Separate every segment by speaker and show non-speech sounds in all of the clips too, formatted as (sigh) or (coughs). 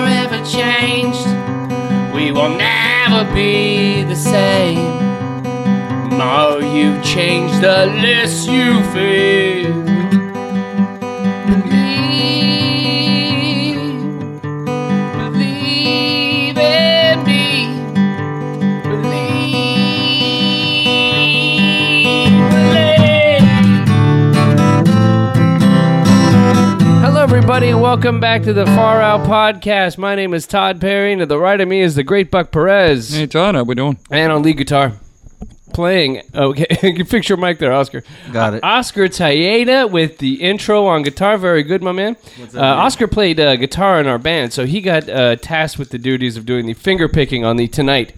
Speaker 1: never changed. We will never be the same. More you change, the less you feel. Believe, believe in me. Believe. Hello, everybody, and welcome back to the Far Out Podcast. My name is Todd Perry, and to the right of me is the great Buck Perez.
Speaker 2: Hey, Todd, how we doing?
Speaker 1: And on lead guitar, playing. Okay, (laughs) you can fix your mic there, Oscar.
Speaker 3: Got it.
Speaker 1: Oscar Tayeda with the intro on guitar. Very good, my man. uh, Oscar played uh, guitar in our band, so he got uh, tasked with the duties of doing the finger picking on the tonight,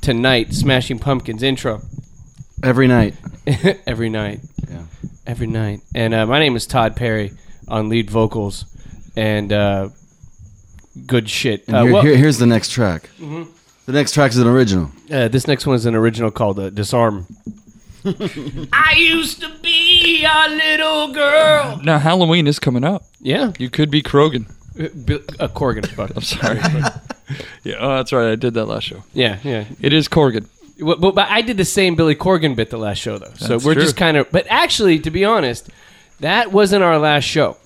Speaker 1: tonight Smashing Pumpkins intro (laughs)
Speaker 3: Every night.
Speaker 1: every night,
Speaker 3: Yeah.
Speaker 1: every night. And uh, my name is Todd Perry on lead vocals, and uh, good shit.
Speaker 3: And
Speaker 1: uh,
Speaker 3: here,
Speaker 1: well- Mm-hmm.
Speaker 3: here- here's the next track. The next track is an original.
Speaker 1: Uh, this next one is an original called uh, Disarm. (laughs) I used to be a little girl.
Speaker 2: Now, Halloween is coming up.
Speaker 1: Yeah.
Speaker 2: You could be Krogan. (laughs)
Speaker 1: Uh, Bill- uh, Corgan. fuck.
Speaker 2: I'm sorry. but- yeah, oh, that's right. I did that last show.
Speaker 1: (laughs) Yeah, yeah.
Speaker 2: It is Corgan.
Speaker 1: But, but, but I did the same Billy Corgan bit the last show, though. So
Speaker 2: That's
Speaker 1: we're
Speaker 2: true.
Speaker 1: just kind of. But actually, to be honest, that wasn't our last show.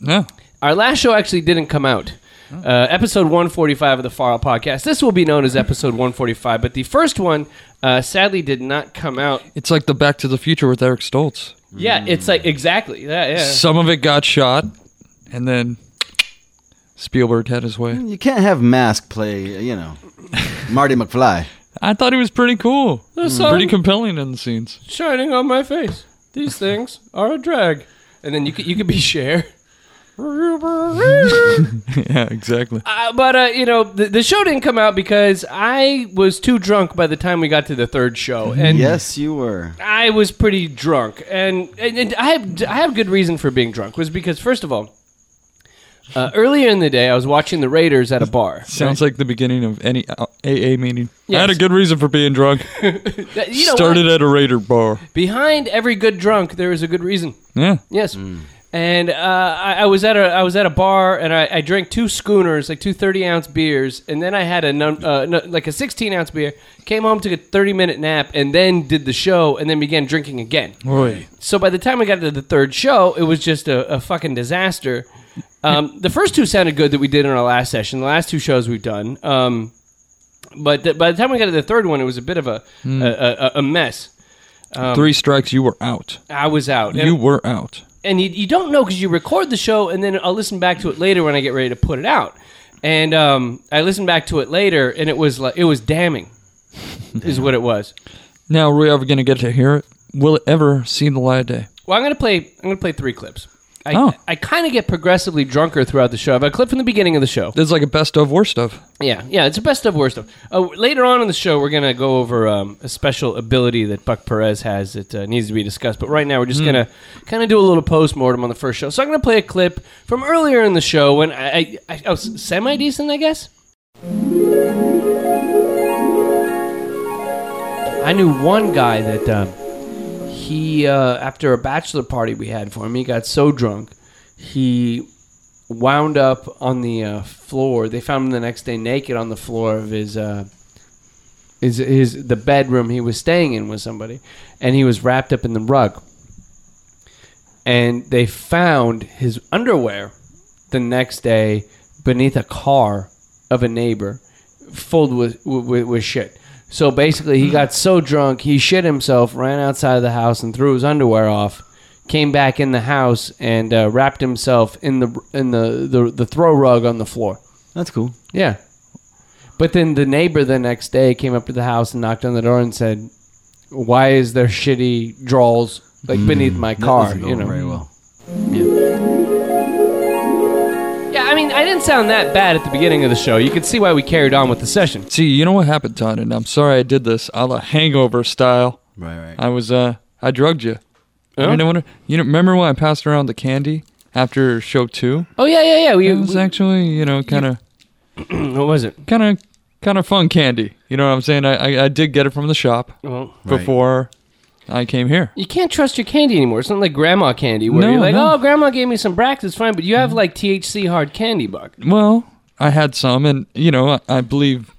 Speaker 2: No.
Speaker 1: Our last show actually didn't come out. Uh, episode 145 of the Far Out Podcast. This will be known as episode 145, but the first one uh, sadly did not come out.
Speaker 2: It's like the Back to the Future with Eric Stoltz.
Speaker 1: Yeah, it's like exactly. Yeah, yeah.
Speaker 2: Some of it got shot, and then Spielberg had his way.
Speaker 3: You can't have Mask play,
Speaker 1: (laughs)
Speaker 3: you know, Marty McFly.
Speaker 2: I thought it was pretty cool.
Speaker 1: There's
Speaker 2: Hmm. Pretty
Speaker 1: some-
Speaker 2: compelling in the scenes.
Speaker 1: shining on my face. These things are a drag. And then you could you could be share. (laughs) uh,
Speaker 2: yeah, exactly.
Speaker 1: but uh, you know the, the show didn't come out because I was too drunk by the time we got to the third show, and (laughs)
Speaker 3: Yes, you were.
Speaker 1: I was pretty drunk, and, and, and I have I have good reason for being drunk was because first of all, uh, earlier in the day I was watching the Raiders at a bar.
Speaker 2: Sounds like the beginning of any uh, AA meeting. I had a
Speaker 1: Yes.
Speaker 2: good reason for being drunk.
Speaker 1: Uh, you know what?
Speaker 2: Started at a Raider bar.
Speaker 1: behind every good drunk there is a good reason.
Speaker 2: Yeah.
Speaker 1: Yes. And uh, I, I was at a I was at a bar and I, I drank two schooners, like two 30 ounce beers, and then I had a nun, uh, nu- like a 16 ounce beer. Came home, took a 30 minute nap, and then did the show, and then began drinking again.
Speaker 2: Boy.
Speaker 1: So by the time we got to the third show, it was just a, a fucking disaster. Um, the first two sounded good that we did in our last session. The last two shows we've done, um, but th- by the time we got to the third one, it was a bit of a a, a, a mess.
Speaker 2: Three strikes, you were out.
Speaker 1: I was out. And-
Speaker 2: You were out.
Speaker 1: and you, you don't know because you record the show and then I'll listen back to it later when I get ready to put it out. And um, I listened back to it later and it was like it was damning, is what it was.
Speaker 2: Now, are we ever going to get to hear it? Will it ever see the light of day?
Speaker 1: Well, I'm gonna play. I'm gonna play three clips. I,
Speaker 2: Oh.
Speaker 1: I kind of get progressively drunker throughout the show. I have a clip from the beginning of the show.
Speaker 2: It's like a best of worst of.
Speaker 1: Yeah, yeah, it's the best of worst of. Uh, later on in the show, we're gonna go over um, a special ability that Buck Perez has that uh, needs to be discussed. But right now, we're just gonna kind of do a little post mortem on the first show. So I'm gonna play a clip from earlier in the show when I, I, I, I was semi decent, I guess. I knew one guy that um, he uh, after a bachelor party we had for him, he got so drunk he wound up on the uh, floor. They found him the next day naked on the floor of his uh, his his the bedroom he was staying in with somebody, and he was wrapped up in the rug. And they found his underwear the next day beneath a car of a neighbor, filled with with, with shit. So basically, he got so drunk he shit himself, ran outside of the house, and threw his underwear off came back in the house and uh, wrapped himself in the in the, the the throw rug on the floor.
Speaker 3: That's cool.
Speaker 1: Yeah. But then the neighbor the next day came up to the house and knocked on the door and said, "Why is there shitty draws like beneath my
Speaker 3: Mm. That
Speaker 1: car?"
Speaker 3: doesn't go
Speaker 1: You know.
Speaker 3: very well.
Speaker 1: Yeah, I mean, I didn't sound that bad at the beginning of the show. You could see why we carried on with the session.
Speaker 2: See, you know what happened, Todd, and I'm sorry I did this a la hangover style.
Speaker 3: Right, right.
Speaker 2: I was, uh, I drugged you.
Speaker 1: Oh.
Speaker 2: You, know, what- you know, remember when I passed around the candy after show two?
Speaker 1: Oh yeah, yeah, yeah. We,
Speaker 2: It was actually, you know, kind of,
Speaker 1: what was it?
Speaker 2: kind of, kind of fun candy. You know what I'm saying? I, I, I did get it from the shop
Speaker 1: Well,
Speaker 3: Right.
Speaker 2: before I came here.
Speaker 1: you can't trust your candy anymore. It's not like grandma candy where
Speaker 2: No,
Speaker 1: you're like,
Speaker 2: no.
Speaker 1: Mm-hmm. "Oh, grandma gave me some Brax, it's fine," but you have like THC hard candy, buck.
Speaker 2: Well, I had some, and you know, I, I believe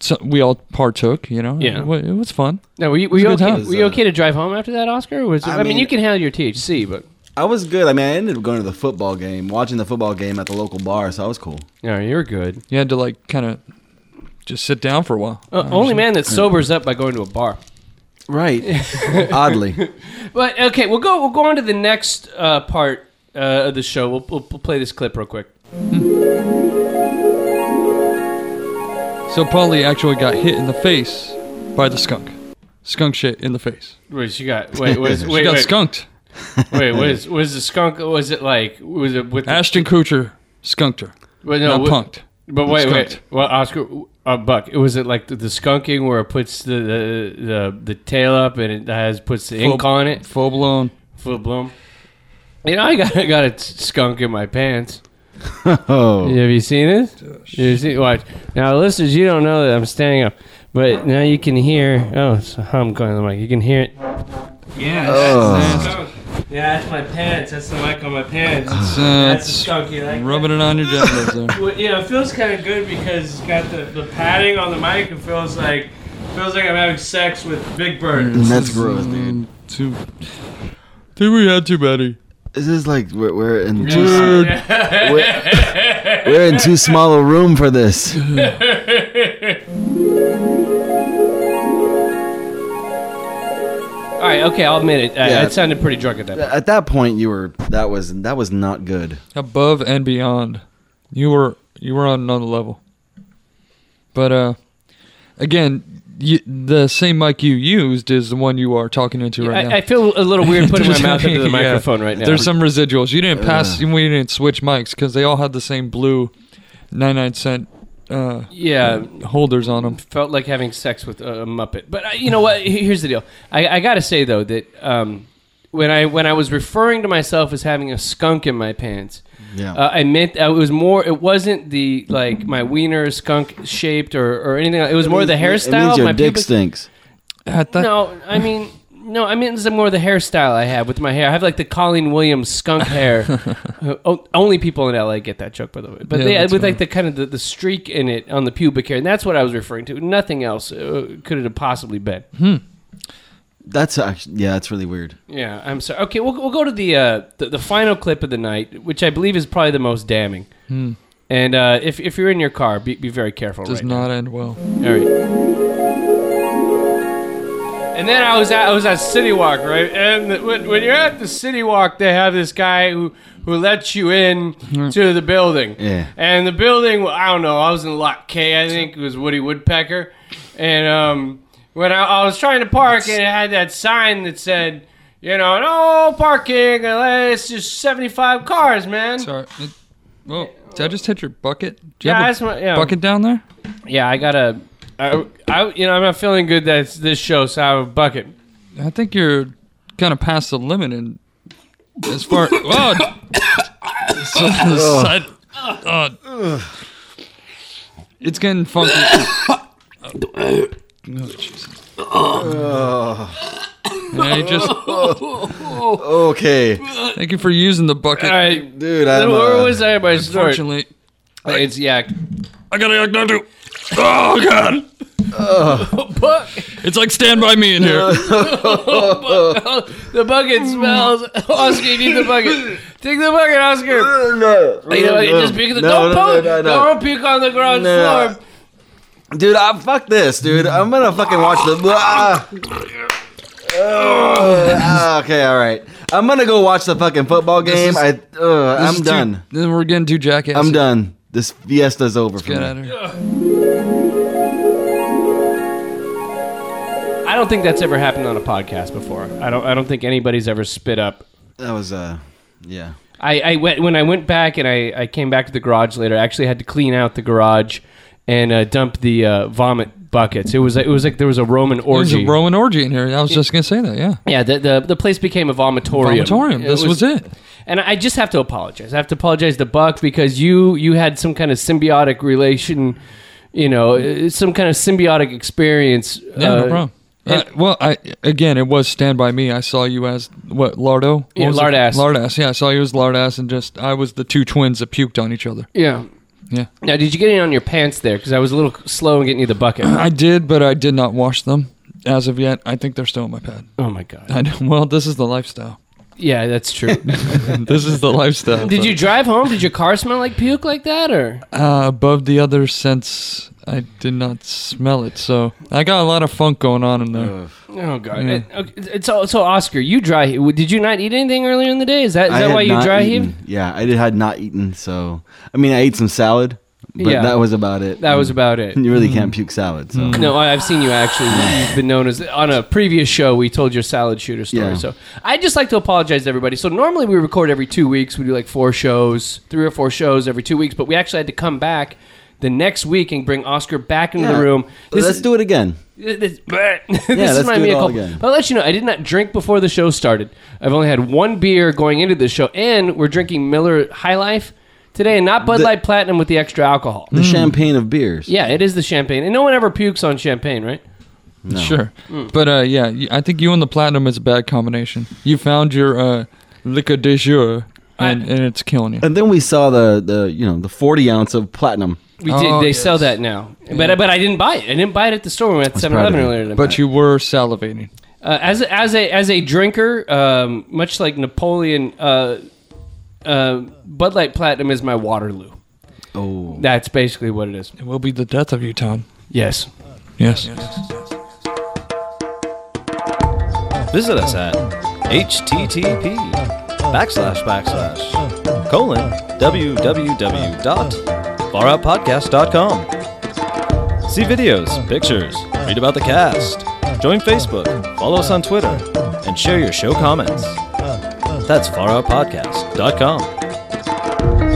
Speaker 2: so, we all partook. You know,
Speaker 1: Yeah.
Speaker 2: it, wa- it was fun.
Speaker 1: Now, were you, were
Speaker 2: It
Speaker 1: you
Speaker 2: was a good
Speaker 1: okay?
Speaker 2: time.
Speaker 1: Were you okay to drive home after that, Oscar? Or Was
Speaker 3: I
Speaker 1: I, mean,
Speaker 3: mean-
Speaker 1: you can handle your THC, but
Speaker 3: I was good. I mean, I ended up going to the football game, watching the football game at the local bar, so I was cool.
Speaker 1: no, you're good.
Speaker 2: You had to like kind of just sit down for a while.
Speaker 1: Uh, only man that sobers up by going to a bar.
Speaker 3: Right.
Speaker 1: (laughs)
Speaker 3: (laughs) Oddly.
Speaker 1: But okay, we'll go. We'll go on to the next uh, part uh, of the show. We'll, we'll, we'll play this clip real quick.
Speaker 2: So Polly actually got hit in the face by the skunk. Skunk shit in the face.
Speaker 1: Wait, she got wait, was (laughs)
Speaker 3: She
Speaker 2: She
Speaker 1: wait,
Speaker 2: got
Speaker 1: wait,
Speaker 2: skunked.
Speaker 1: wait, was was the skunk? Was it like was it with the,
Speaker 2: Ashton Kutcher skunked her.
Speaker 1: wait,
Speaker 2: Not
Speaker 1: wa-
Speaker 2: punked.
Speaker 1: But wait, wait,
Speaker 2: skunked.
Speaker 1: well, Oscar, uh, Buck, was it like the, the skunking where it puts the the, the the tail up and it has puts the ink
Speaker 2: Full-
Speaker 1: on it,
Speaker 2: Full blown.
Speaker 1: full bloom? You know, I got I got a skunk in my pants.
Speaker 3: Oh.
Speaker 1: Have you seen this? You see, watch. Now, listeners, you don't know that I'm standing up, but now you can hear. Oh, it's a hum going on the mic. You can hear it. Yeah,
Speaker 3: that's
Speaker 1: yeah, that's my pants. That's the mic on my pants.
Speaker 2: It's, uh, it's rubbing it on
Speaker 1: (laughs)
Speaker 2: your genitals there.
Speaker 1: Well, yeah, it feels kind of good because it's got the, the padding on the mic. It feels like feels like I'm having sex with Big Bird.
Speaker 2: Mm.
Speaker 3: That's gross, dude.
Speaker 2: Too. Dude, we had too many.
Speaker 3: This is like we're, we're in too,
Speaker 2: Dude.
Speaker 3: we're, we're in too small a room for this.
Speaker 1: All right, okay, I'll admit it. Uh,
Speaker 3: Yeah.
Speaker 1: It sounded pretty drunk at that. point.
Speaker 3: At that point, you were that was that was not good.
Speaker 2: above and beyond. You were you were on another level. But uh, again, you, the same mic you used is the one you are talking into right now.
Speaker 1: I, I feel a little
Speaker 2: (laughs)
Speaker 1: weird putting my
Speaker 2: There's-
Speaker 1: mouth into the
Speaker 2: yeah.
Speaker 1: microphone right now.
Speaker 2: There's some residuals. You didn't pass. We didn't switch mics because they all had the same blue, nine nine cent uh,
Speaker 1: yeah,
Speaker 2: holders on them.
Speaker 1: felt like having sex with a, a Muppet. But I, you know what? Here- Here's the deal. I, I got to say though that um, when I when I was referring to myself as having a skunk in my pants,
Speaker 3: Yeah.
Speaker 1: uh, I meant uh, it was more. It wasn't the like my wiener skunk shaped or, or anything. It was more the hairstyle.
Speaker 3: It means your
Speaker 1: my
Speaker 3: dick
Speaker 1: pubic-
Speaker 3: stinks.
Speaker 2: At that,
Speaker 1: No, I mean. No, I mean it's more the hairstyle I have with my hair. I have like the Colleen Williams skunk
Speaker 2: (laughs)
Speaker 1: hair. Uh, o- Only people in LA get that joke, by the way. But
Speaker 2: Yeah,
Speaker 1: they,
Speaker 2: that's
Speaker 1: with like the
Speaker 2: funny.
Speaker 1: kind of the, the streak in it on the pubic hair, and that's what I was referring to. Nothing else uh, could it have possibly
Speaker 2: (laughs)
Speaker 1: been.
Speaker 3: That's actually yeah. That's really weird.
Speaker 1: Yeah, I'm sorry. Okay, we'll, we'll go to the, uh, the the final clip of the night, which I believe is probably the most damning. And uh, if if you're in your car, be, be very careful.
Speaker 2: Hmm. does
Speaker 1: right
Speaker 2: not end well.
Speaker 1: Now. All right. And then I was at I was at City Walk, right? And the, when, when you're at the City Walk, they have this guy who who lets you in to the building.
Speaker 3: Yeah.
Speaker 1: And the building, well, I don't know. I was in Lot K, I think it was Woody Woodpecker, and um, when I, I was trying to park, and it had that sign that said, you know, no parking unless there's 75 cars, man.
Speaker 2: Sorry. It, well, did I just hit your bucket? Do you
Speaker 1: Yeah,
Speaker 2: have
Speaker 1: that's
Speaker 2: a
Speaker 1: what, yeah.
Speaker 2: bucket down there?
Speaker 1: Yeah, I gotta. I, I, you know, I'm not feeling good that it's this show, so I have a bucket.
Speaker 2: I think you're kind of past the limit, and as
Speaker 1: (laughs)
Speaker 2: far oh, so, so- oh. it's getting
Speaker 1: (coughs)
Speaker 2: funky. oh, Jesus. Yeah, you just
Speaker 3: Okay,
Speaker 2: thank you for using the bucket.
Speaker 1: All right,
Speaker 3: dude. I'm,
Speaker 1: where
Speaker 3: uh,
Speaker 1: was I in my story?
Speaker 2: Unfortunately,
Speaker 1: It's yeah,
Speaker 2: I gotta act now too. Oh God,
Speaker 1: Buck,
Speaker 2: it's like Stand by Me in here.
Speaker 1: the bucket smells. Oscar, you need the bucket. Take the bucket, Oscar.
Speaker 3: no,
Speaker 1: You know, you just puke the, don't, poke, don't puke on the ground
Speaker 3: No.
Speaker 1: floor.
Speaker 3: Dude, I fuck this, dude. I'm gonna fucking watch the. Ah. Ugh. Ah, okay, all right. I'm gonna go watch the fucking football game.
Speaker 2: is-
Speaker 3: I, uh,
Speaker 2: This is
Speaker 3: I'm
Speaker 2: too-
Speaker 3: done.
Speaker 2: Then we're getting too jackass.
Speaker 3: I'm done. This fiesta's over for
Speaker 2: Get out
Speaker 3: me.
Speaker 2: of here.
Speaker 1: I don't think that's ever happened on a podcast before. I don't. I don't think anybody's ever spit up.
Speaker 3: That was uh, yeah.
Speaker 1: I, I went when I went back and I, I came back to the garage later. I actually had to clean out the garage and uh, dump the uh, vomit buckets. It was it was like there was a Roman
Speaker 2: There's
Speaker 1: orgy.
Speaker 2: a Roman orgy in here. I was just gonna say that. Yeah.
Speaker 1: yeah, the, the the place became a vomitorium.
Speaker 2: Vomitorium. This was, Oh, it.
Speaker 1: And I just have to apologize. I have to apologize to Buck because you you had some kind of symbiotic relation, you know, uh, some kind of symbiotic experience.
Speaker 2: Yeah,
Speaker 1: uh,
Speaker 2: no problem. Uh, well, I again, it was Stand by Me. I saw you as what Lardo? What
Speaker 1: Yeah,
Speaker 2: was it?
Speaker 1: Lardass.
Speaker 2: Lardass. Yeah, I saw you as Lardass, and just I was the two twins that puked on each other.
Speaker 1: Yeah.
Speaker 2: Yeah.
Speaker 1: Now, did you get any on your pants there? Because I was a little slow in getting you the
Speaker 2: (coughs)
Speaker 1: bucket.
Speaker 2: I did, but I did not wash them as of yet. I think they're still in my pad.
Speaker 1: oh my god.
Speaker 2: I know. (laughs) Well, this is the lifestyle.
Speaker 1: Yeah, that's
Speaker 2: (laughs)
Speaker 1: true.
Speaker 2: this is the lifestyle.
Speaker 1: did you drive home? Did your car smell like puke like that, or?
Speaker 2: Uh, above the other sense, I did not smell it. So I got a lot of funk going on in there.
Speaker 1: Oh god.
Speaker 2: Yeah.
Speaker 1: It- okay, it's all, so Oscar, you dry. Did you not eat anything earlier in the day? Is that is
Speaker 3: I
Speaker 1: that
Speaker 3: had
Speaker 1: why you
Speaker 3: not
Speaker 1: dry
Speaker 3: eaten.
Speaker 1: heaved?
Speaker 3: Yeah, I did, had not eaten, so I mean, I ate some salad, but
Speaker 1: Yeah.
Speaker 3: that was about it.
Speaker 1: That was about it.
Speaker 3: (laughs)
Speaker 1: Mm-hmm.
Speaker 3: you really can't puke salad. So
Speaker 1: No, I- I've seen you actually. You've been known as on a previous show. We told your salad shooter story.
Speaker 3: Yeah.
Speaker 1: So I just like to apologize to everybody. So normally we record every two weeks. We do like four shows, three or four shows every two weeks. But we actually had to come back the next week and bring Oscar back into
Speaker 3: Yeah.
Speaker 1: the room. This
Speaker 3: let's
Speaker 1: is,
Speaker 3: do it again.
Speaker 1: (laughs) This, (laughs) this
Speaker 3: let's
Speaker 1: is my
Speaker 3: do it
Speaker 1: mea
Speaker 3: all
Speaker 1: culpa.
Speaker 3: again.
Speaker 1: But I'll let you know, I did not drink before the show started. I've only had one beer going into this show, and we're drinking Miller High Life today, and not Bud
Speaker 3: The-
Speaker 1: Light Platinum with the extra alcohol.
Speaker 3: The champagne of beers.
Speaker 1: Mm-hmm. Yeah, it is the champagne, and no one ever pukes on champagne, right?
Speaker 2: Sure. But uh, yeah, y- I think you and the platinum is a bad combination. You found your uh, liquor de jour, and,
Speaker 1: I-
Speaker 2: and it's killing you.
Speaker 3: And then we saw the the you know the forty ounce of platinum.
Speaker 1: We did.
Speaker 2: Oh,
Speaker 1: they
Speaker 2: yes.
Speaker 1: sell that now, but but I didn't buy it. I didn't buy it at the store. We went at Seven
Speaker 3: proud of
Speaker 1: Eleven
Speaker 3: you.
Speaker 1: earlier.
Speaker 2: But you were salivating.
Speaker 1: uh, as a- as a as a drinker, um, much like Napoleon, uh, uh, Bud Light Platinum is my Waterloo.
Speaker 3: Oh,
Speaker 1: That's basically what it is.
Speaker 2: It will be the death of you, Tom.
Speaker 1: Yes.
Speaker 2: Yes.
Speaker 4: Visit us at http backslash backslash colon www.faroutpodcast.com. See videos, pictures, read about the cast, join Facebook, follow us on Twitter, and share your show comments. That's faroutpodcast.com.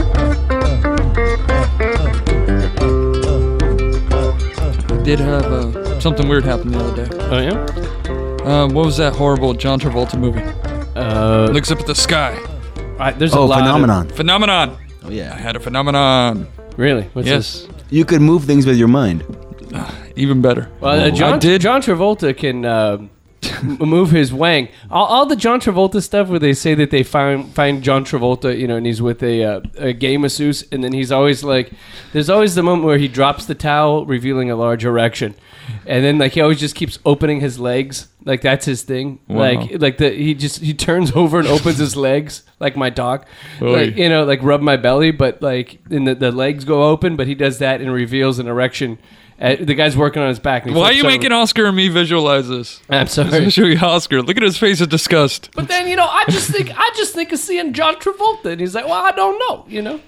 Speaker 2: I did have uh, something weird happen the other day.
Speaker 1: Oh yeah.
Speaker 2: Uh, what was that horrible John Travolta movie?
Speaker 1: Uh,
Speaker 2: Looks up at the sky.
Speaker 1: I, there's a
Speaker 3: oh,
Speaker 1: lot. of-
Speaker 3: phenomenon.
Speaker 2: Phenomenon.
Speaker 3: oh
Speaker 2: I
Speaker 3: yeah,
Speaker 2: had a phenomenon.
Speaker 1: really? What's
Speaker 2: Yes.
Speaker 3: you could move things with your mind.
Speaker 2: Even better.
Speaker 1: Well, uh, John,
Speaker 2: I did.
Speaker 1: John Travolta can uh, m- move his wang. All, all the John Travolta stuff where they say that they find find John Travolta, you know, and he's with a, uh, a gay masseuse, and then he's always like, there's always the moment where he drops the towel, revealing a large erection, and then like he always just keeps opening his legs, like that's his thing.
Speaker 2: Wow.
Speaker 1: Like like the he just he turns (laughs) over and opens his legs, like my dog,
Speaker 2: Oy.
Speaker 1: like you know, like rub my belly, but like and the, the legs go open, but he does that and reveals an erection. Uh, the guy's working on his back. and he
Speaker 2: Why are you
Speaker 1: flips over.
Speaker 2: making Oscar and me visualize this?
Speaker 1: I'm
Speaker 2: I'm
Speaker 1: sorry. (laughs)
Speaker 2: gonna show you Oscar. Look at his face of disgust.
Speaker 1: But then you know, I just think I just think of seeing John Travolta, and he's like, "Well, I don't know," you know.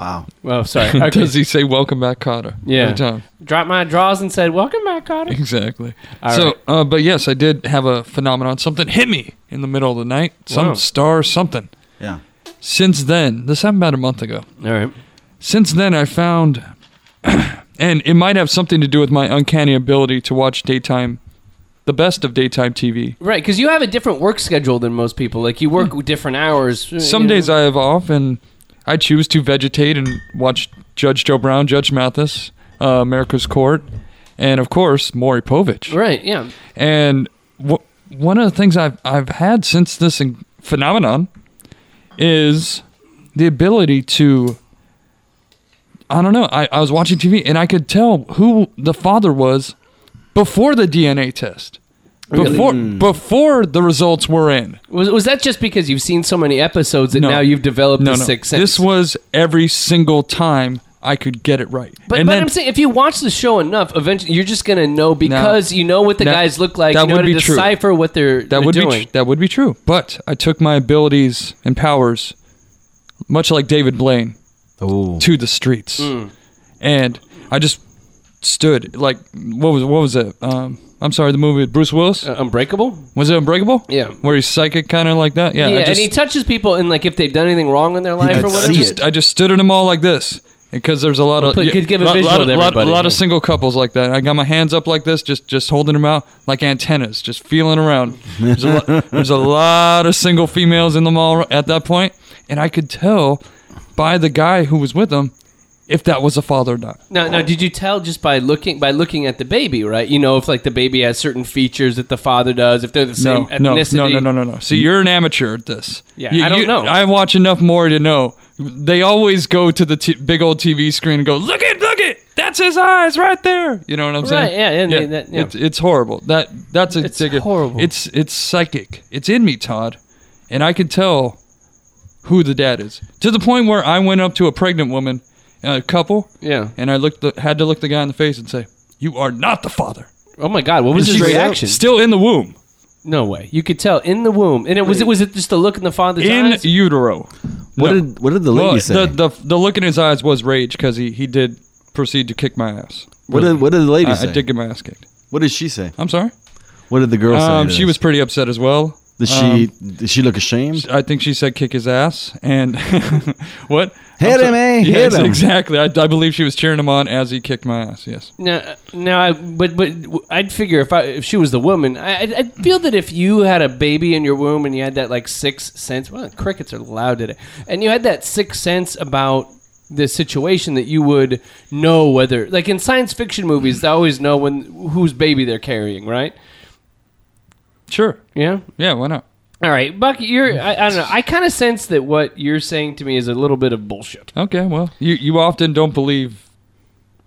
Speaker 3: Wow.
Speaker 1: Well,
Speaker 2: (laughs)
Speaker 1: sorry. Okay.
Speaker 2: Does he say "Welcome back, Cotter"?
Speaker 1: Yeah.
Speaker 2: Every time. (laughs)
Speaker 1: Dropped my draws and said, "Welcome back, Carter."
Speaker 2: Exactly.
Speaker 1: All
Speaker 2: so,
Speaker 1: right.
Speaker 2: uh, but yes, I did have a phenomenon. Something hit me in the middle of the night. Some
Speaker 1: Wow.
Speaker 2: star, something.
Speaker 3: Yeah.
Speaker 2: Since then, this happened about a month ago.
Speaker 1: All right.
Speaker 2: Since then, I found, (clears throat) and it might have something to do with my uncanny ability to watch daytime, the best of daytime TV.
Speaker 1: Right, because you have a different work schedule than most people. Like you work different hours. you
Speaker 2: Hmm. Some
Speaker 1: know.
Speaker 2: days I have off, and I choose to vegetate and watch Judge Joe Brown, Judge Mathis, uh, America's Court, and of course Maury Povich.
Speaker 1: Right. Yeah.
Speaker 2: And wh- one of the things I've I've had since this in- phenomenon is the ability to I don't know. I, I was watching TV and I could tell who the father was before the DNA test. Before before the results were in.
Speaker 1: Was was that just because you've seen so many episodes that
Speaker 2: No.
Speaker 1: now you've developed
Speaker 2: No,
Speaker 1: a
Speaker 2: no.
Speaker 1: sixth sense?
Speaker 2: This was every single time I could get it right.
Speaker 1: But,
Speaker 2: And
Speaker 1: but
Speaker 2: then-
Speaker 1: I'm saying if you watch the show enough, eventually you're just gonna know because you know what the
Speaker 2: That-
Speaker 1: guys look like.
Speaker 2: that
Speaker 1: you know
Speaker 2: would
Speaker 1: how to
Speaker 2: be true.
Speaker 1: decipher what they're
Speaker 2: that
Speaker 1: they're
Speaker 2: would
Speaker 1: doing.
Speaker 2: be tr- that would be true. But I took my abilities and powers much like David Blaine
Speaker 3: Oh,
Speaker 2: to the streets,
Speaker 1: Hmm.
Speaker 2: and I just stood like what was what was it? Um, I'm sorry, the movie with Bruce Willis
Speaker 1: Uh, unbreakable.
Speaker 2: was it Unbreakable?
Speaker 1: yeah.
Speaker 2: where he's psychic, kind of like that. Yeah,
Speaker 1: Yeah,
Speaker 2: I
Speaker 1: and
Speaker 2: just,
Speaker 1: he touches people, and like if they've done anything wrong in their life or
Speaker 3: could
Speaker 1: whatever.
Speaker 2: I
Speaker 3: see
Speaker 2: just I just stood at them all like this because there's a lot of
Speaker 1: Put- give a
Speaker 2: lot,
Speaker 1: visual
Speaker 2: lot,
Speaker 1: to
Speaker 2: of- lot-
Speaker 1: everybody.
Speaker 2: lot of single couples like that. I got my hands up like this, just just holding them out like antennas, just feeling around. There's a, lot, there's a lot of single females in the mall at that point, and I could tell by the guy who was with them, if that was a father or not.
Speaker 1: Now, now, did you tell just by looking by looking at the baby, right? You know, if like the baby has certain features that the father does, if they're the same
Speaker 2: No, no,
Speaker 1: ethnicity.
Speaker 2: no, no, no, no, no. See, you're an amateur at this.
Speaker 1: Yeah,
Speaker 2: You-
Speaker 1: I don't
Speaker 2: you-
Speaker 1: know.
Speaker 2: I watch enough more to know. They always go to the t- big old TV screen and go, "Look it, look it, that's his eyes right there." You know what I'm
Speaker 1: Right,
Speaker 2: saying?
Speaker 1: yeah, and they- that- yeah.
Speaker 2: It's, it's horrible. That that's a
Speaker 1: It's
Speaker 2: dig-
Speaker 1: horrible.
Speaker 2: It's it's psychic. It's in me, Todd, and I can tell who the dad is to the point where I went up to a pregnant woman, a couple,
Speaker 1: Yeah.
Speaker 2: and I looked the, had to look the guy in the face and say, "You are not the father."
Speaker 1: Oh my God, what was his
Speaker 2: She's
Speaker 1: reaction?
Speaker 2: Still in the womb.
Speaker 1: No way. You could tell in the womb, and it was it was it just a look in the father's
Speaker 2: in
Speaker 1: eyes?
Speaker 2: utero.
Speaker 3: What
Speaker 2: No.
Speaker 3: did what did the lady
Speaker 2: well,
Speaker 3: say?
Speaker 2: the, the the look in his eyes was rage because he, he did proceed to kick my ass.
Speaker 3: what did what did the
Speaker 1: uh,
Speaker 3: lady
Speaker 2: I,
Speaker 3: say?
Speaker 2: I did get my ass kicked.
Speaker 3: What did she say?
Speaker 2: I'm sorry.
Speaker 3: What did the girl say?
Speaker 2: Um,
Speaker 3: to
Speaker 2: she
Speaker 3: this?
Speaker 2: was pretty upset as well.
Speaker 3: Did she
Speaker 1: um,
Speaker 3: did she look ashamed?
Speaker 2: I think she said kick his ass and (laughs) what? I'm
Speaker 3: Hit him,
Speaker 2: sorry.
Speaker 3: eh? Hit
Speaker 2: Yes,
Speaker 3: him.
Speaker 2: exactly. I, I believe she was cheering him on as he kicked my ass. Yes.
Speaker 1: No, no, I, but but I'd figure if I if she was the woman, I I'd- I'd feel that if you had a baby in your womb and you had that like sixth sense, well, crickets are loud today, and you had that sixth sense about the situation that you would know whether like in science fiction movies they always know when whose baby they're carrying, right?
Speaker 2: Sure.
Speaker 1: Yeah.
Speaker 2: Yeah. Why not?
Speaker 1: All right, Buck, you're I, I don't know. I kind of sense that what you're saying to me is a little bit of bullshit.
Speaker 2: Okay. Well, you you often don't believe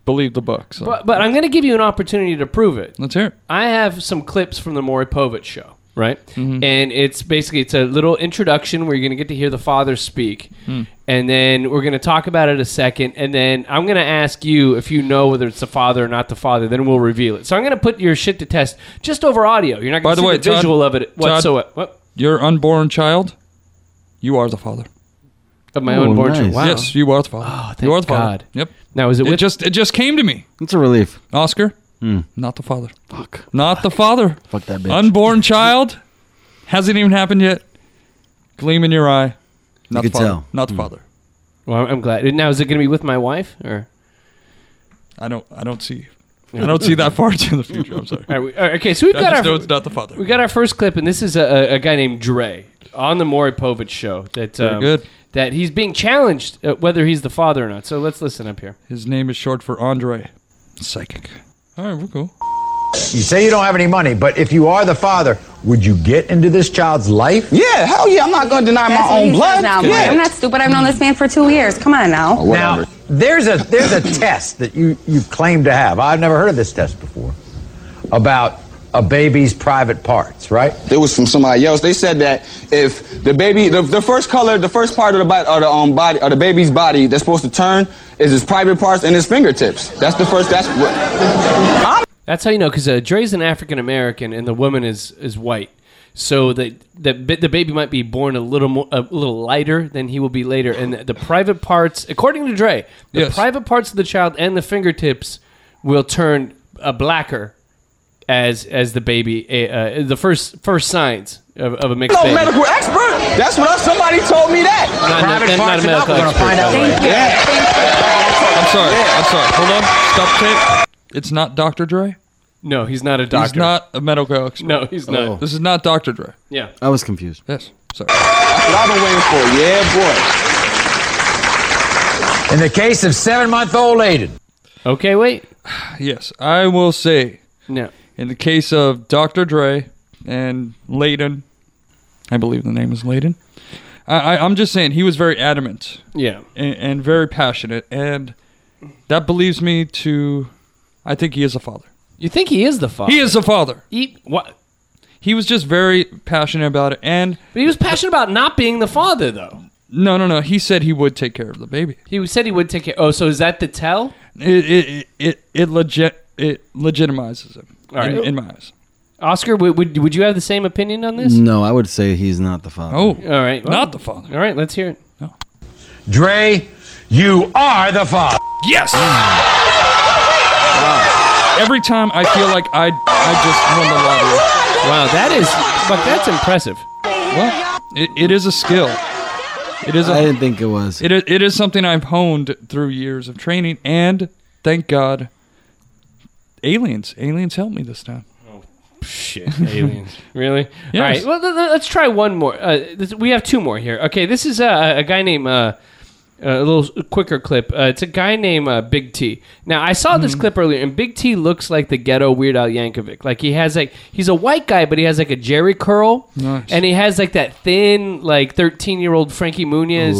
Speaker 2: believe the book. So
Speaker 1: But but I'm going to give you an opportunity to prove it.
Speaker 2: let's hear it.
Speaker 1: I have some clips from the Maury Povich show, right?
Speaker 2: Mm-hmm.
Speaker 1: And it's basically it's a little introduction where you're going to get to hear the father speak,
Speaker 2: Hmm.
Speaker 1: and then we're going to talk about it a second, and then I'm going to ask you if you know whether it's the father or not the father. Then we'll reveal it. So I'm going to put your shit to test just over audio. You're not
Speaker 2: By
Speaker 1: going to
Speaker 2: the
Speaker 1: see
Speaker 2: way,
Speaker 1: the
Speaker 2: Todd-
Speaker 1: visual of it
Speaker 2: Todd-
Speaker 1: whatsoever. What?
Speaker 2: Your unborn child. You are the father.
Speaker 1: Of my
Speaker 3: Oh,
Speaker 1: own born child.
Speaker 3: nice.
Speaker 1: Wow.
Speaker 2: Yes, you are the father.
Speaker 1: thank
Speaker 3: Oh,
Speaker 2: you are the
Speaker 1: God.
Speaker 2: father. Yep.
Speaker 1: Now is it
Speaker 2: It
Speaker 1: with
Speaker 2: just it just came to me.
Speaker 3: It's a relief.
Speaker 2: Oscar, not the father.
Speaker 3: Fuck.
Speaker 2: Not the father.
Speaker 3: Fuck that bitch.
Speaker 2: Unborn child hasn't even happened yet. Gleam in your eye. Not the
Speaker 3: You could
Speaker 2: father.
Speaker 3: tell.
Speaker 2: Not the father.
Speaker 1: Well, I'm glad. Now is it going to be with my wife or?
Speaker 2: I don't. I don't see. I don't see that far into the future. I'm sorry.
Speaker 1: All right, (laughs) we- all right, okay, so we've
Speaker 2: I
Speaker 1: got
Speaker 2: just
Speaker 1: our
Speaker 2: know it's not the father.
Speaker 1: We got our first clip, and this is a, a, a guy named Dre on the Maury Povich show. That um,
Speaker 2: good.
Speaker 1: That he's being challenged uh, whether he's the father or not. So let's listen up here.
Speaker 2: His name is short for Andre. Psychic. All right, we're cool.
Speaker 5: You say you don't have any money, but if you are the father, would you get into this child's life?
Speaker 6: Yeah, hell yeah, I'm not gonna deny
Speaker 7: That's
Speaker 6: my
Speaker 7: what
Speaker 6: own
Speaker 7: he
Speaker 6: blood.
Speaker 7: says now, boy.
Speaker 6: yeah. Oh,
Speaker 7: I'm not stupid. I've known this man for two years. Come on now.
Speaker 5: Now, there's a there's a test that you you claim to have. I've never heard of this test before. About a baby's private parts, right?
Speaker 6: It was from somebody else. They said that if the baby, the, the first color, the first part of the body, or the um, body, or the baby's body that's supposed to turn is his private parts and his fingertips. That's the first. That's what.
Speaker 1: That's how you know because uh, Dre's an African American and the woman is is white. So that the ba- the baby might be born a little more a little lighter than he will be later, and the, the private parts, according to Dre, the
Speaker 2: Yes.
Speaker 1: private parts of the child and the fingertips will turn a blacker as as the baby uh, uh, the first first signs of, of a mixed
Speaker 6: No
Speaker 1: baby.
Speaker 6: medical expert. That's what else- somebody told me that.
Speaker 1: Not-
Speaker 5: private
Speaker 1: not- not
Speaker 5: parts
Speaker 1: a
Speaker 5: and
Speaker 1: medical
Speaker 5: we're gonna
Speaker 1: expert,
Speaker 5: find out
Speaker 1: by the way.
Speaker 7: Thank you.
Speaker 6: Yeah.
Speaker 7: Thank you.
Speaker 2: I'm sorry. I'm sorry. Hold on. Stop tape. It's not Dr. Dre.
Speaker 1: No, he's not a doctor.
Speaker 2: He's not Oh. a medical expert.
Speaker 1: No, he's not.
Speaker 2: This is not Dr. Dre.
Speaker 1: Yeah.
Speaker 3: I was confused.
Speaker 2: Yes. Sorry.
Speaker 6: That's what I've been waiting for. Yeah,
Speaker 5: In the case of seven-month-old Aiden.
Speaker 1: Okay, wait.
Speaker 2: Yes, I will say
Speaker 1: No.
Speaker 2: in the case of Dr. Dre and Layden, I believe the name is Layden. I, I, I'm just saying he was very adamant
Speaker 1: Yeah.
Speaker 2: and, and very passionate, and that believes me to. I think he is a father.
Speaker 1: You think he is the father?
Speaker 2: He is a father.
Speaker 1: He, what?
Speaker 2: He was just very passionate about it, and
Speaker 1: But he was passionate about not being the father, though.
Speaker 2: no, no, no. He said he would take care of the baby.
Speaker 1: He said he would take care. Oh, so is that the tell?
Speaker 2: It it it it, legit, it legitimizes him
Speaker 1: right.
Speaker 2: in, in my eyes.
Speaker 1: Oscar, would, would would you have the same opinion on this?
Speaker 3: No, I would say he's not the father.
Speaker 2: Oh,
Speaker 1: All right. well-
Speaker 2: not the father.
Speaker 1: All right, let's hear it.
Speaker 5: Dre, you are the father.
Speaker 2: Yes. Every time I feel like I I just won the lottery.
Speaker 1: Wow, that is, but that's impressive.
Speaker 2: Well, it, it is a skill. It is
Speaker 3: I
Speaker 2: a,
Speaker 3: didn't think it was.
Speaker 2: it, is- it is something I've honed through years of training, and thank God, aliens aliens helped me this time. (laughs)
Speaker 1: Shit, aliens. really? All
Speaker 2: Yes.
Speaker 1: right. Well, th- th- let's try one more. Uh, this, we have two more here. Okay, this is uh, a guy named uh, a little quicker clip. Uh, it's a guy named uh, Big T. Now I saw
Speaker 2: Mm-hmm.
Speaker 1: this clip earlier, and Big T looks like the ghetto Weird Al Yankovic. Like he has like he's a white guy, but he has like a Jerry curl,
Speaker 2: Nice.
Speaker 1: and he has like that thin like thirteen year old Frankie Muniz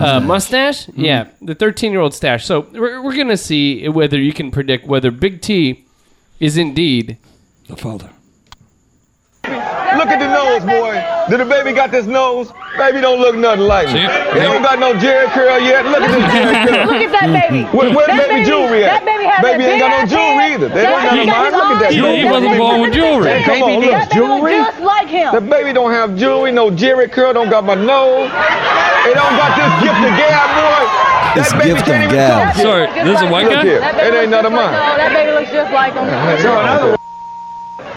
Speaker 1: uh, mustache.
Speaker 2: Mm-hmm.
Speaker 1: Yeah, the thirteen year old stash. So we're, we're gonna see whether you can predict whether Big T is indeed
Speaker 2: The father.
Speaker 8: Look at the nose, boy. Did the baby got this nose? Baby don't look nothing like me.
Speaker 2: See?
Speaker 8: It don't got no Jerry curl yet. Look at this Jerry curl.
Speaker 9: Look at that baby.
Speaker 8: Mm-hmm. Where, where's
Speaker 9: That
Speaker 8: baby,
Speaker 9: baby-
Speaker 8: jewelry at?
Speaker 9: that baby has
Speaker 8: baby
Speaker 9: a
Speaker 8: ain't got no
Speaker 9: big-ass
Speaker 8: jewelry
Speaker 9: head.
Speaker 8: either. They
Speaker 9: That
Speaker 8: don't got no
Speaker 9: baby got
Speaker 8: mind. Look at that.
Speaker 9: his
Speaker 2: Yeah, he
Speaker 8: nose.
Speaker 2: wasn't born with jewelry.
Speaker 8: Hey, come on,
Speaker 9: That
Speaker 8: look.
Speaker 9: baby look
Speaker 8: Jewelry?
Speaker 9: just like him.
Speaker 8: The baby don't have jewelry, no Jerry curl, don't got my nose. It don't got this gift of gab, boy. That
Speaker 3: This
Speaker 8: baby
Speaker 3: gift
Speaker 8: can't
Speaker 3: of
Speaker 8: even
Speaker 3: gab.
Speaker 8: talk.
Speaker 9: That baby
Speaker 2: Sorry,
Speaker 9: look just
Speaker 2: this is a
Speaker 9: like
Speaker 2: white
Speaker 9: him.
Speaker 2: guy?
Speaker 9: That baby
Speaker 8: It ain't
Speaker 9: looks
Speaker 8: none of
Speaker 9: just like
Speaker 8: mine.
Speaker 9: him. That baby looks just like him.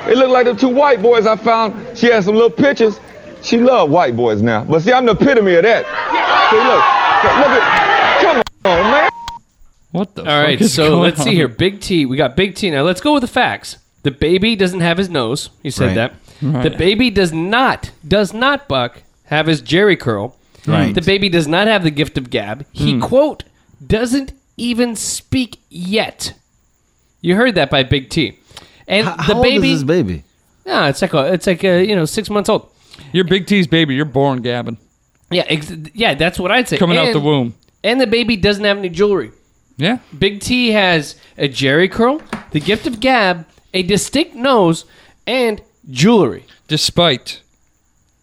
Speaker 8: It looked like the two white boys I found. She had some little pictures. She loved white boys now. But see, I'm the epitome of that. See, look. Look at. Come on, man.
Speaker 2: What the
Speaker 1: All
Speaker 2: fuck
Speaker 1: right,
Speaker 2: is
Speaker 1: so
Speaker 2: going
Speaker 1: let's see
Speaker 2: on?
Speaker 1: here. Big T, we got Big T. Now let's go with the facts. The baby doesn't have his nose. You said
Speaker 3: Right.
Speaker 1: that.
Speaker 2: Right.
Speaker 1: The baby does not does not buck have his Jerry curl.
Speaker 3: Right.
Speaker 1: The baby does not have the gift of gab.
Speaker 2: Hmm.
Speaker 1: He quote doesn't even speak yet. You heard that by Big T. And
Speaker 3: How,
Speaker 1: the
Speaker 3: how
Speaker 1: baby,
Speaker 3: old is this baby?
Speaker 1: no, it's like a, it's like a, you know six months old.
Speaker 2: You're Big T's baby. You're born Gavin.
Speaker 1: Yeah, ex- yeah, that's what I'd say.
Speaker 2: Coming out
Speaker 1: And-
Speaker 2: the womb.
Speaker 1: And the baby doesn't have any jewelry.
Speaker 2: Yeah.
Speaker 1: Big T has a jerry curl, the gift of gab, a distinct nose, and jewelry.
Speaker 2: Despite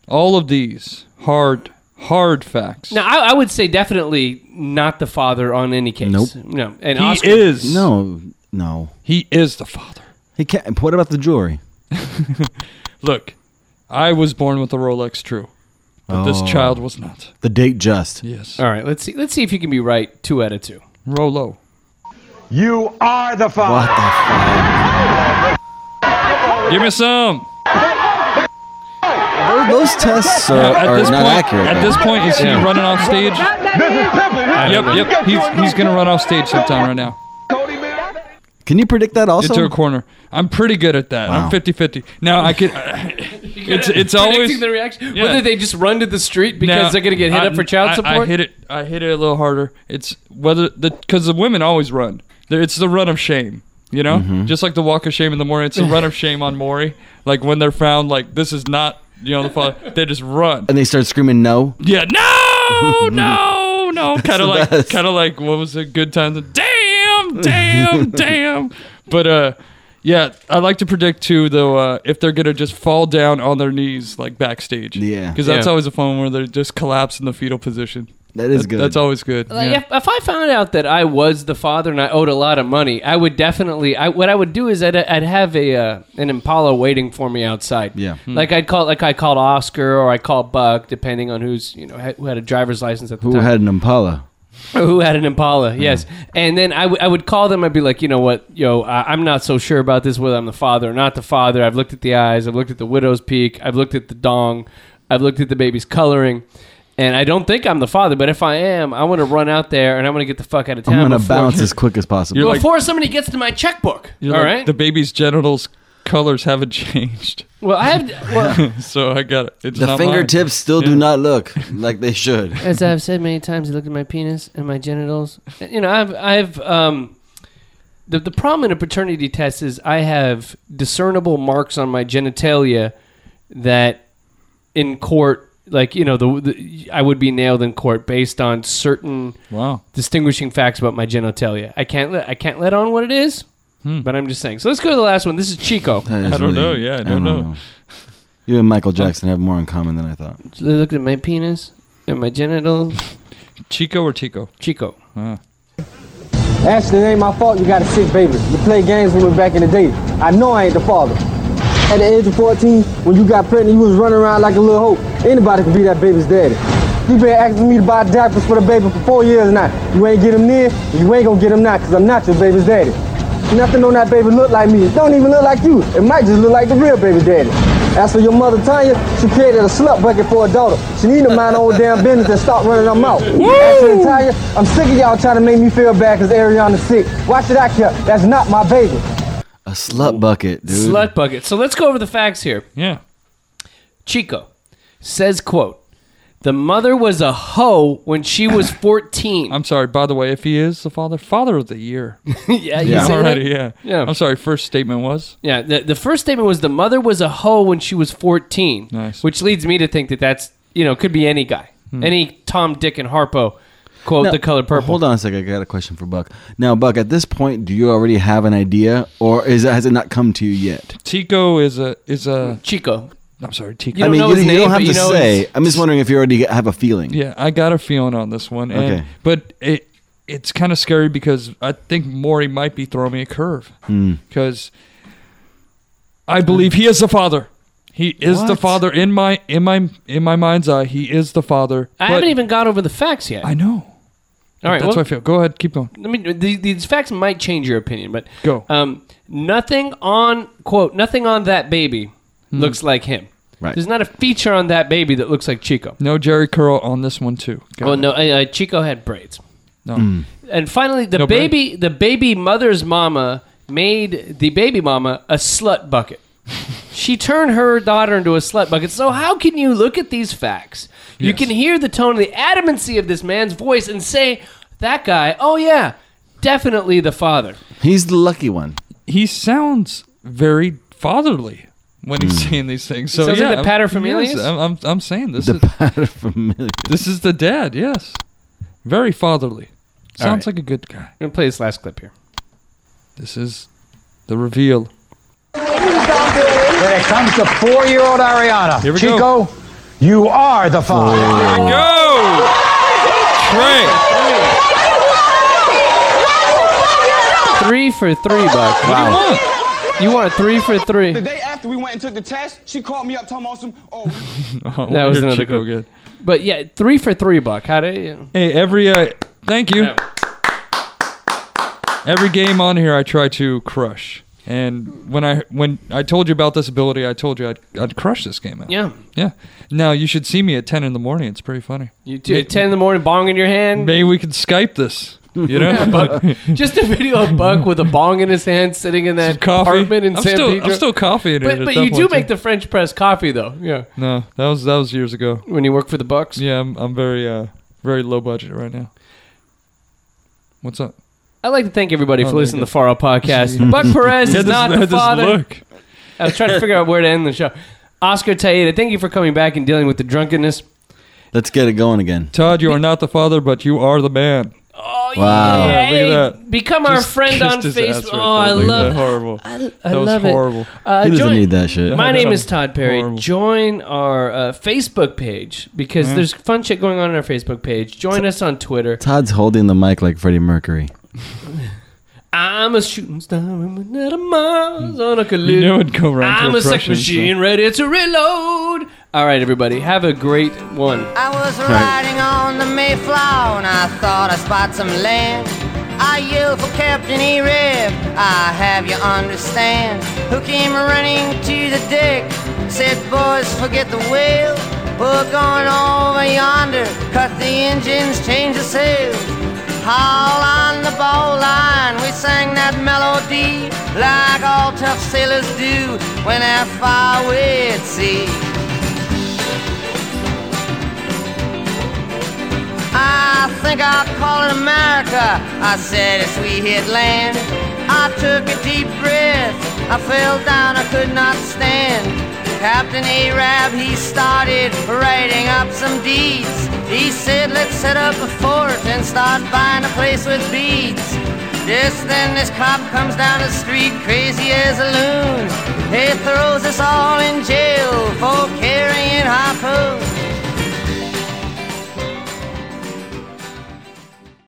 Speaker 2: all of these hard, hard facts.
Speaker 1: Now, I, I would say definitely not the father on any case.
Speaker 3: Nope.
Speaker 1: No. And
Speaker 2: he
Speaker 1: Oscar,
Speaker 2: is.
Speaker 3: No, no.
Speaker 2: He is the father.
Speaker 3: He can't. What about the jewelry?
Speaker 2: Look, I was born with a Rolex, true. But
Speaker 3: Oh.
Speaker 2: this child was not.
Speaker 3: The date just.
Speaker 2: Yes.
Speaker 1: All right. Let's see. Let's see if you can be right. Two out of two.
Speaker 2: Rolo.
Speaker 5: You are the father.
Speaker 3: What the fuck?
Speaker 2: Give me some.
Speaker 3: Those tests are,
Speaker 2: at
Speaker 3: are
Speaker 2: this
Speaker 3: not
Speaker 2: point,
Speaker 3: accurate.
Speaker 2: at
Speaker 3: though.
Speaker 2: this point, you see him running off stage.
Speaker 8: This is Pimpin'.
Speaker 2: Yep, yep. He's he's gonna run off stage sometime right now.
Speaker 8: Cody, man.
Speaker 3: Can you predict that also?
Speaker 2: Into a corner. I'm pretty good at that. I'm
Speaker 3: Wow.
Speaker 2: 50-50. Now I
Speaker 3: (laughs)
Speaker 2: could. it's it's always
Speaker 1: Predicting the reaction.
Speaker 2: Yeah.
Speaker 1: Whether they just run to the street because
Speaker 2: Now,
Speaker 1: they're going to get hit
Speaker 2: I-
Speaker 1: up for child
Speaker 2: I-
Speaker 1: support.
Speaker 2: I, hit it. I hit it a little harder. It's whether the because the women always run. They're- It's the run of shame. You know, just like the walk of shame in the morning. It's the run of shame on Maury. Like when they're found, like this is not. You know, the father. They just run.
Speaker 3: and they start screaming no.
Speaker 2: Yeah.
Speaker 3: (laughs)
Speaker 2: No. No. No. Kind
Speaker 3: the
Speaker 2: of like.
Speaker 3: best.
Speaker 2: Kind of like. What was it? Good times. Damn.
Speaker 3: (laughs)
Speaker 2: Damn. damn. But uh. Yeah, I like to predict too, though, uh, if they're gonna just fall down on their knees like backstage.
Speaker 3: Yeah.
Speaker 2: because that's
Speaker 1: Yeah.
Speaker 2: always a fun one where they just collapse in the fetal position.
Speaker 3: That is
Speaker 2: That-
Speaker 3: good.
Speaker 2: That's always good.
Speaker 1: Like,
Speaker 2: yeah.
Speaker 1: if, if I found out that I was the father and I owed a lot of money, I would definitely. I what I would do is I'd, I'd have a uh, an Impala waiting for me outside.
Speaker 3: Yeah. Hmm.
Speaker 1: like I'd call like I called Oscar or I called Buck, depending on who's you know had, who had a driver's license at the
Speaker 3: Who
Speaker 1: time.
Speaker 3: had an Impala?
Speaker 1: Or who had an Impala?
Speaker 2: Mm.
Speaker 1: Yes, and then I would- I would call them. I'd be like, you know what, yo, I, I'm not so sure about this whether I'm the father or not the father. I've looked at the eyes. I've looked at the widow's peak. I've looked at the dong. I've looked at the baby's coloring. And I don't think I'm the father, but if I am, I want to run out there and I'm going to get the fuck out of town.
Speaker 3: I'm gonna
Speaker 1: before,
Speaker 2: (laughs)
Speaker 3: bounce as quick as possible.
Speaker 2: You're like-
Speaker 1: before somebody gets to my checkbook. All
Speaker 2: You're
Speaker 1: right.
Speaker 2: like, The baby's genitals colors haven't (laughs) changed,
Speaker 1: well, I have. Well,
Speaker 2: so I got it. It's
Speaker 3: the
Speaker 2: not
Speaker 3: fingertips
Speaker 2: Mine.
Speaker 3: still do not look like
Speaker 2: (laughs)
Speaker 3: they should.
Speaker 1: as I've said many times, I look at my penis and my genitals. You know, I've I've um, the the problem in a paternity test is I have discernible marks on my genitalia that in court, like you know, the, the I would be nailed in court based on certain
Speaker 2: Wow.
Speaker 1: distinguishing facts about my genitalia. I can't let I can't let on what it is, but I'm just saying. So let's go to the last one. This is Chico.
Speaker 3: That is
Speaker 2: I don't know. Yeah, I don't know.
Speaker 3: You and Michael Jackson have more in common than I thought.
Speaker 1: I looked at my penis and my genitals.
Speaker 2: Chico or Tico?
Speaker 1: Chico.
Speaker 10: Ashley, it ain't my fault you got a sick baby. You played games with me back in the day. I know I ain't the father. At the age of 14, when you got pregnant, you was running around like a little hoe. Anybody could be that baby's daddy. You been asking me to buy diapers for the baby for four years now. You ain't get him then, you ain't gonna get him now, cause I'm not your baby's daddy. Nothing on that baby look like me. It don't even look like you. It might just look like the real baby's daddy. As for your mother, Tanya, she created a slut bucket for a daughter. She need to mind her own damn business and stop running her mouth. As for the Tanya, I'm sick of y'all trying to make me feel bad because Ariana's sick. Why should I care? That's not my baby.
Speaker 3: A slut bucket, dude.
Speaker 1: Slut bucket. So let's go over the facts here.
Speaker 2: Yeah.
Speaker 1: Chico says, quote, The mother was a hoe when she
Speaker 2: (laughs)
Speaker 1: was 14.
Speaker 2: I'm sorry. By the way, if he is the father, father of the year.
Speaker 1: (laughs) yeah, you say
Speaker 2: Alrighty,
Speaker 1: that?
Speaker 2: yeah.
Speaker 1: Yeah.
Speaker 2: I'm sorry. First statement was
Speaker 1: Yeah, the, the first statement was the mother was a hoe when she was 14.
Speaker 2: Nice. Hmm.
Speaker 1: Which leads me to think that that's, you know, could be any guy. Any Tom, Dick, and Harpo quote
Speaker 3: Now-
Speaker 1: the color purple.
Speaker 3: Hold on a second. I got a question for Buck. Now, Buck, at this point, do you already have an idea, or is has it not come to you yet?
Speaker 2: Tico is a is a.
Speaker 1: Chico.
Speaker 2: I'm sorry, Tico.
Speaker 1: You don't
Speaker 3: I mean,
Speaker 1: know
Speaker 3: you,
Speaker 1: his
Speaker 3: you
Speaker 1: name,
Speaker 3: don't have
Speaker 1: but
Speaker 3: to
Speaker 1: you know
Speaker 3: say.
Speaker 1: his-
Speaker 3: I'm just wondering if you already have a feeling.
Speaker 2: Yeah, I got a feeling on this one. And,
Speaker 3: Okay.
Speaker 2: But it it's kind of scary because I think Maury might be throwing me a curve
Speaker 3: Hmm.
Speaker 2: because I believe he is the father. He is the
Speaker 3: What?
Speaker 2: father in my in my in my mind's eye. He is the father.
Speaker 1: I
Speaker 2: But-
Speaker 1: haven't even got over the facts yet.
Speaker 2: I know.
Speaker 1: All right,
Speaker 2: That's
Speaker 1: well,
Speaker 2: what I feel. Go ahead. Keep going.
Speaker 1: I mean, the- these facts might change your opinion, but
Speaker 2: Go.
Speaker 1: Um, nothing on quote nothing on that baby
Speaker 2: Hmm.
Speaker 1: looks like him.
Speaker 3: Right.
Speaker 1: There's not a feature on that baby that looks like Chico.
Speaker 2: No Jerry Curl on this one too. Got
Speaker 1: Well,
Speaker 2: it.
Speaker 1: no, uh, Chico had braids.
Speaker 2: No.
Speaker 3: Hmm.
Speaker 1: And finally, the
Speaker 2: No braids.
Speaker 1: baby, the baby mother's mama made the baby mama a slut bucket. (laughs) she turned her daughter into a slut bucket. So how can you look at these facts? You
Speaker 2: Yes.
Speaker 1: can hear the tone, the adamancy of this man's voice, and say, "That guy, oh yeah, definitely the father."
Speaker 3: He's the lucky one. (laughs)
Speaker 2: He sounds very fatherly when he's saying these things. So
Speaker 1: Sounds
Speaker 2: yeah,
Speaker 1: like the
Speaker 2: I'm- yes,
Speaker 1: paterfamilias?
Speaker 2: I'm, I'm, I'm saying this
Speaker 3: The
Speaker 2: is
Speaker 3: pattern familiar.
Speaker 2: This is the dad, yes. Very fatherly. Sounds like a good guy.
Speaker 1: I'm gonna play this last clip here.
Speaker 2: This is the reveal.
Speaker 5: When it comes to four-year-old Ariana,
Speaker 2: Here we
Speaker 5: Chico,
Speaker 2: go.
Speaker 5: you are the father.
Speaker 2: Go! Trey!
Speaker 1: Three for three, buck. Wow. You want a three for three?
Speaker 6: The day after we went and took the test, she called me up talking about some. Oh,
Speaker 1: That was another
Speaker 2: Chico
Speaker 1: good. But yeah, three for three, buck. How do you?
Speaker 2: Hey, every uh, thank you. Every game on here, I try to crush. And when I when I told you about this ability, I told you I'd, I'd crush this game out.
Speaker 1: Yeah,
Speaker 2: yeah. Now you should see me at ten in the morning. It's pretty funny.
Speaker 1: you do at ten in the morning, bong in your hand.
Speaker 2: Maybe we could Skype this.
Speaker 1: (laughs)
Speaker 2: You know, (laughs)
Speaker 1: Just a video of Buck with a bong in his hand, sitting in that apartment in
Speaker 2: I'm
Speaker 1: San
Speaker 2: still,
Speaker 1: Pedro.
Speaker 2: I'm still coffeeing it.
Speaker 1: but
Speaker 2: at
Speaker 1: but
Speaker 2: that
Speaker 1: you do
Speaker 2: point,
Speaker 1: make
Speaker 2: too.
Speaker 1: the French press coffee though. Yeah,
Speaker 2: no. That was that was years ago.
Speaker 1: when you work for the Bucks.
Speaker 2: Yeah, I'm, I'm very uh very low budget right now. What's up?
Speaker 1: I'd like to thank everybody for
Speaker 2: there you
Speaker 1: listening to
Speaker 2: go.
Speaker 1: the Far Out
Speaker 2: (laughs)
Speaker 1: Podcast. Buck Perez is not the father.
Speaker 2: look.
Speaker 1: I was trying to figure out where to end the show. Oscar Taeda, thank you for coming back and dealing with the drunkenness.
Speaker 3: Let's get it going again.
Speaker 2: Todd, you are not the father, but you are the man.
Speaker 1: Oh yeah!
Speaker 3: Wow.
Speaker 2: Look at
Speaker 1: hey,
Speaker 2: that.
Speaker 1: become our
Speaker 2: Just
Speaker 1: friend
Speaker 2: kissed
Speaker 1: on
Speaker 2: his ass
Speaker 1: Facebook.
Speaker 2: right
Speaker 1: oh, I
Speaker 2: there. Look
Speaker 1: love.
Speaker 2: at that. horrible.
Speaker 1: I
Speaker 2: that was
Speaker 1: love it.
Speaker 2: horrible.
Speaker 1: Uh,
Speaker 3: He doesn't
Speaker 1: join-
Speaker 3: need that shit.
Speaker 1: My name is Todd Perry.
Speaker 2: Horrible. Mm-hmm.
Speaker 1: Join our uh, Facebook page because there's fun shit going on on our Facebook page. Join us on Twitter.
Speaker 3: Todd's holding the mic like Freddie Mercury.
Speaker 1: I'm a shooting star with a miles on a collision.
Speaker 2: You know it'd go right to
Speaker 1: I'm a sex
Speaker 2: impressions, so-
Speaker 1: machine ready to reload. All right, everybody, have a great one.
Speaker 9: I was riding on the Mayflower and I thought I spot some land. I yelled for Captain E-Rib, I have you understand. Who came running to the deck, said, boys, forget the wheel. We're going over yonder, cut the engines, change the sails. Haul on the bowline, we sang that melody like all tough sailors do when they're far away at sea. I think I'll call it America. I said as we hit land. I took a deep breath. I fell down, I could not stand. Captain Arab, he started writing up some deeds. He said, let's set up a fort and start buying a place with beads. Just then this cop comes down the street, crazy as a loon. He throws us all